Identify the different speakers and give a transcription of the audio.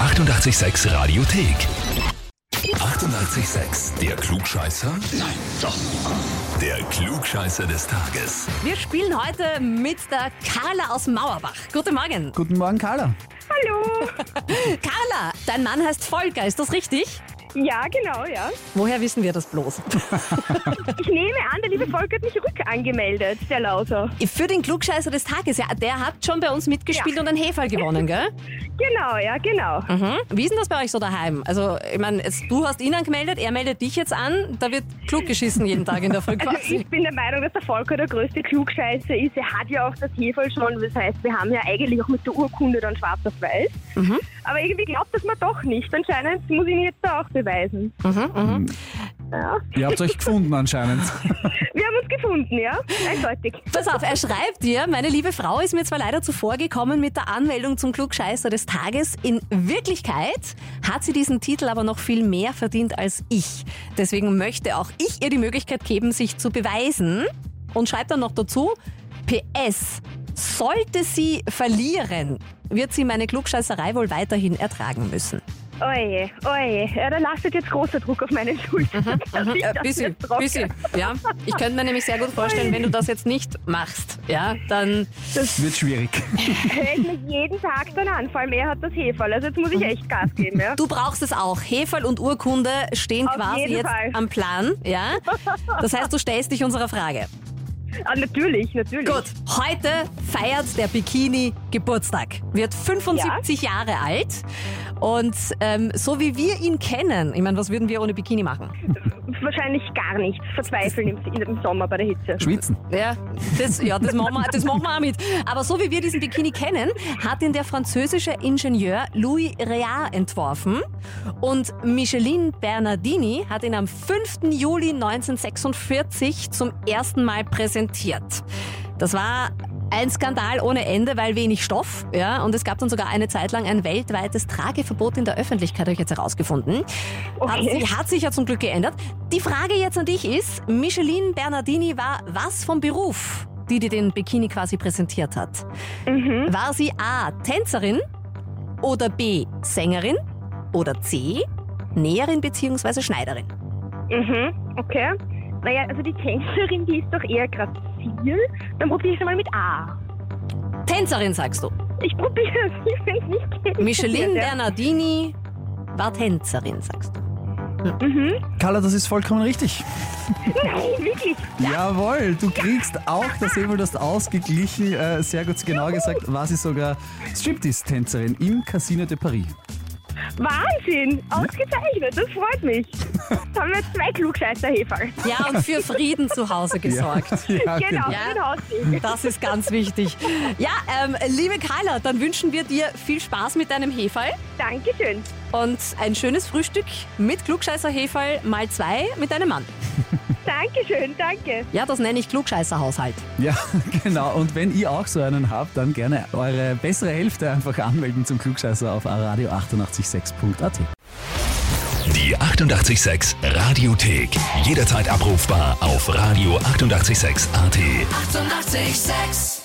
Speaker 1: 886 Radiothek. 88,6. Der Klugscheißer? Nein, doch. Der Klugscheißer des Tages.
Speaker 2: Wir spielen heute mit der Carla aus Mauerbach. Guten Morgen.
Speaker 3: Guten Morgen, Carla.
Speaker 4: Hallo.
Speaker 2: Carla, dein Mann heißt Volker, ist das richtig?
Speaker 4: Ja, genau, ja.
Speaker 2: Woher wissen wir das bloß?
Speaker 4: Ich nehme an, der liebe Volker hat mich rückangemeldet, der Lauser.
Speaker 2: Für den Klugscheißer des Tages, ja, der hat schon bei uns mitgespielt
Speaker 4: Ja.
Speaker 2: und einen Heferl gewonnen, gell?
Speaker 4: Genau, ja, genau.
Speaker 2: Mhm. Wie ist denn das bei euch so daheim? Also, ich meine, es- du hast ihn angemeldet, er meldet dich jetzt an, da wird klug geschissen jeden Tag in der Früh
Speaker 4: Also
Speaker 2: quasi.
Speaker 4: ich bin der Meinung, dass der Volker der größte Klugscheißer ist. Er hat ja auch das Heferl schon. Das heißt, wir haben ja eigentlich auch mit der Urkunde dann schwarz auf weiß.
Speaker 2: Mhm.
Speaker 4: Aber irgendwie glaubt das man doch nicht. Anscheinend muss ich ihn jetzt da auch beweisen.
Speaker 2: Mhm, mhm.
Speaker 4: Ja.
Speaker 3: Ihr habt euch gefunden anscheinend.
Speaker 4: Wir haben uns gefunden, ja? Eindeutig.
Speaker 2: Pass auf, er schreibt dir, meine liebe Frau ist mir zwar leider zuvorgekommen mit der Anmeldung zum Klugscheißer des Tages. In Wirklichkeit hat sie diesen Titel aber noch viel mehr verdient als ich. Deswegen möchte auch ich ihr die Möglichkeit geben, sich zu beweisen. Und schreibt dann noch dazu, PS, sollte sie verlieren, wird sie meine Klugscheißerei wohl weiterhin ertragen müssen.
Speaker 4: Oje, oje. Ja, da lastet jetzt großer Druck auf meine Schultern. dass ich
Speaker 2: Äh,
Speaker 4: das
Speaker 2: bisschen,
Speaker 4: jetzt rocke.
Speaker 2: bisschen, ja. Ich könnte mir nämlich sehr gut vorstellen, wenn du das jetzt nicht machst, ja, dann
Speaker 3: Wird schwierig.
Speaker 4: Hört mich jeden Tag dann an. Vor allem er hat das Heferl. Also jetzt muss
Speaker 2: Mhm.
Speaker 4: ich echt Gas geben, ja?
Speaker 2: Du brauchst es auch. Heferl und Urkunde stehen
Speaker 4: Auf
Speaker 2: quasi
Speaker 4: jeden
Speaker 2: jetzt
Speaker 4: Fall.
Speaker 2: am Plan. Ja? Das heißt, du stellst dich unserer Frage.
Speaker 4: Ah, natürlich, natürlich.
Speaker 2: Gut, heute feiert der Bikini Geburtstag. Wird 75 Jahre alt. Und ähm, so wie wir ihn kennen, ich meine, was würden wir ohne Bikini machen?
Speaker 4: Wahrscheinlich gar nichts. Verzweifeln im, im Sommer bei der Hitze.
Speaker 3: Schwitzen.
Speaker 2: Ja, das, ja, das, machen, wir, das machen wir auch mit. Aber so wie wir diesen Bikini kennen, hat ihn der französische Ingenieur Louis Reard entworfen. Und Micheline Bernardini hat ihn am 5. Juli 1946 zum ersten Mal präsentiert. Das war ein Skandal ohne Ende, weil wenig Stoff. Ja, und es gab dann sogar eine Zeit lang ein weltweites Trageverbot in der Öffentlichkeit, habe ich jetzt herausgefunden. Hat,
Speaker 4: Okay.
Speaker 2: sie- hat sich ja zum Glück geändert. Die Frage jetzt an dich ist, Micheline Bernardini war was vom Beruf, die dir den Bikini quasi präsentiert hat?
Speaker 4: Mhm.
Speaker 2: War sie A, Tänzerin oder B, Sängerin oder C, Näherin bzw. Schneiderin?
Speaker 4: Mhm. Okay. Naja, also die Tänzerin, die ist doch eher grazil. Dann probiere ich es mal mit A.
Speaker 2: Tänzerin sagst du.
Speaker 4: Ich probiere es, ich finde es nicht geht.
Speaker 2: Micheline
Speaker 4: ja.
Speaker 2: Bernardini war Tänzerin, sagst du.
Speaker 4: Mhm.
Speaker 3: Carla, das ist vollkommen richtig.
Speaker 4: Nein, wirklich.
Speaker 3: Jawohl, du kriegst auch das Hebel, das ausgeglichen. Äh, sehr gut, genau gesagt, war sie sogar Striptease-Tänzerin im Casino de Paris.
Speaker 4: Wahnsinn. Ausgezeichnet, das freut mich. Jetzt haben wir zwei klugscheißer Heferl.
Speaker 2: Ja, und für Frieden zu Hause gesorgt.
Speaker 3: Ja,
Speaker 4: Genau,
Speaker 2: Ja.
Speaker 4: genau.
Speaker 2: Das ist ganz wichtig. Ja, ähm, liebe Carla, dann wünschen wir dir viel Spaß mit deinem Hefall
Speaker 4: Dankeschön.
Speaker 2: und ein schönes Frühstück mit Klugscheißer Hefall mal zwei mit deinem Mann.
Speaker 4: Dankeschön, danke.
Speaker 2: Ja, das nenne ich Klugscheißerhaushalt.
Speaker 3: Ja, genau. Und wenn ihr auch so einen habt, dann gerne eure bessere Hälfte einfach anmelden zum Klugscheißer auf radio886.at.
Speaker 1: Die 88,6 Radiothek. Jederzeit abrufbar auf radio886.at. 88,6.
Speaker 2: Eighty-eight, sex.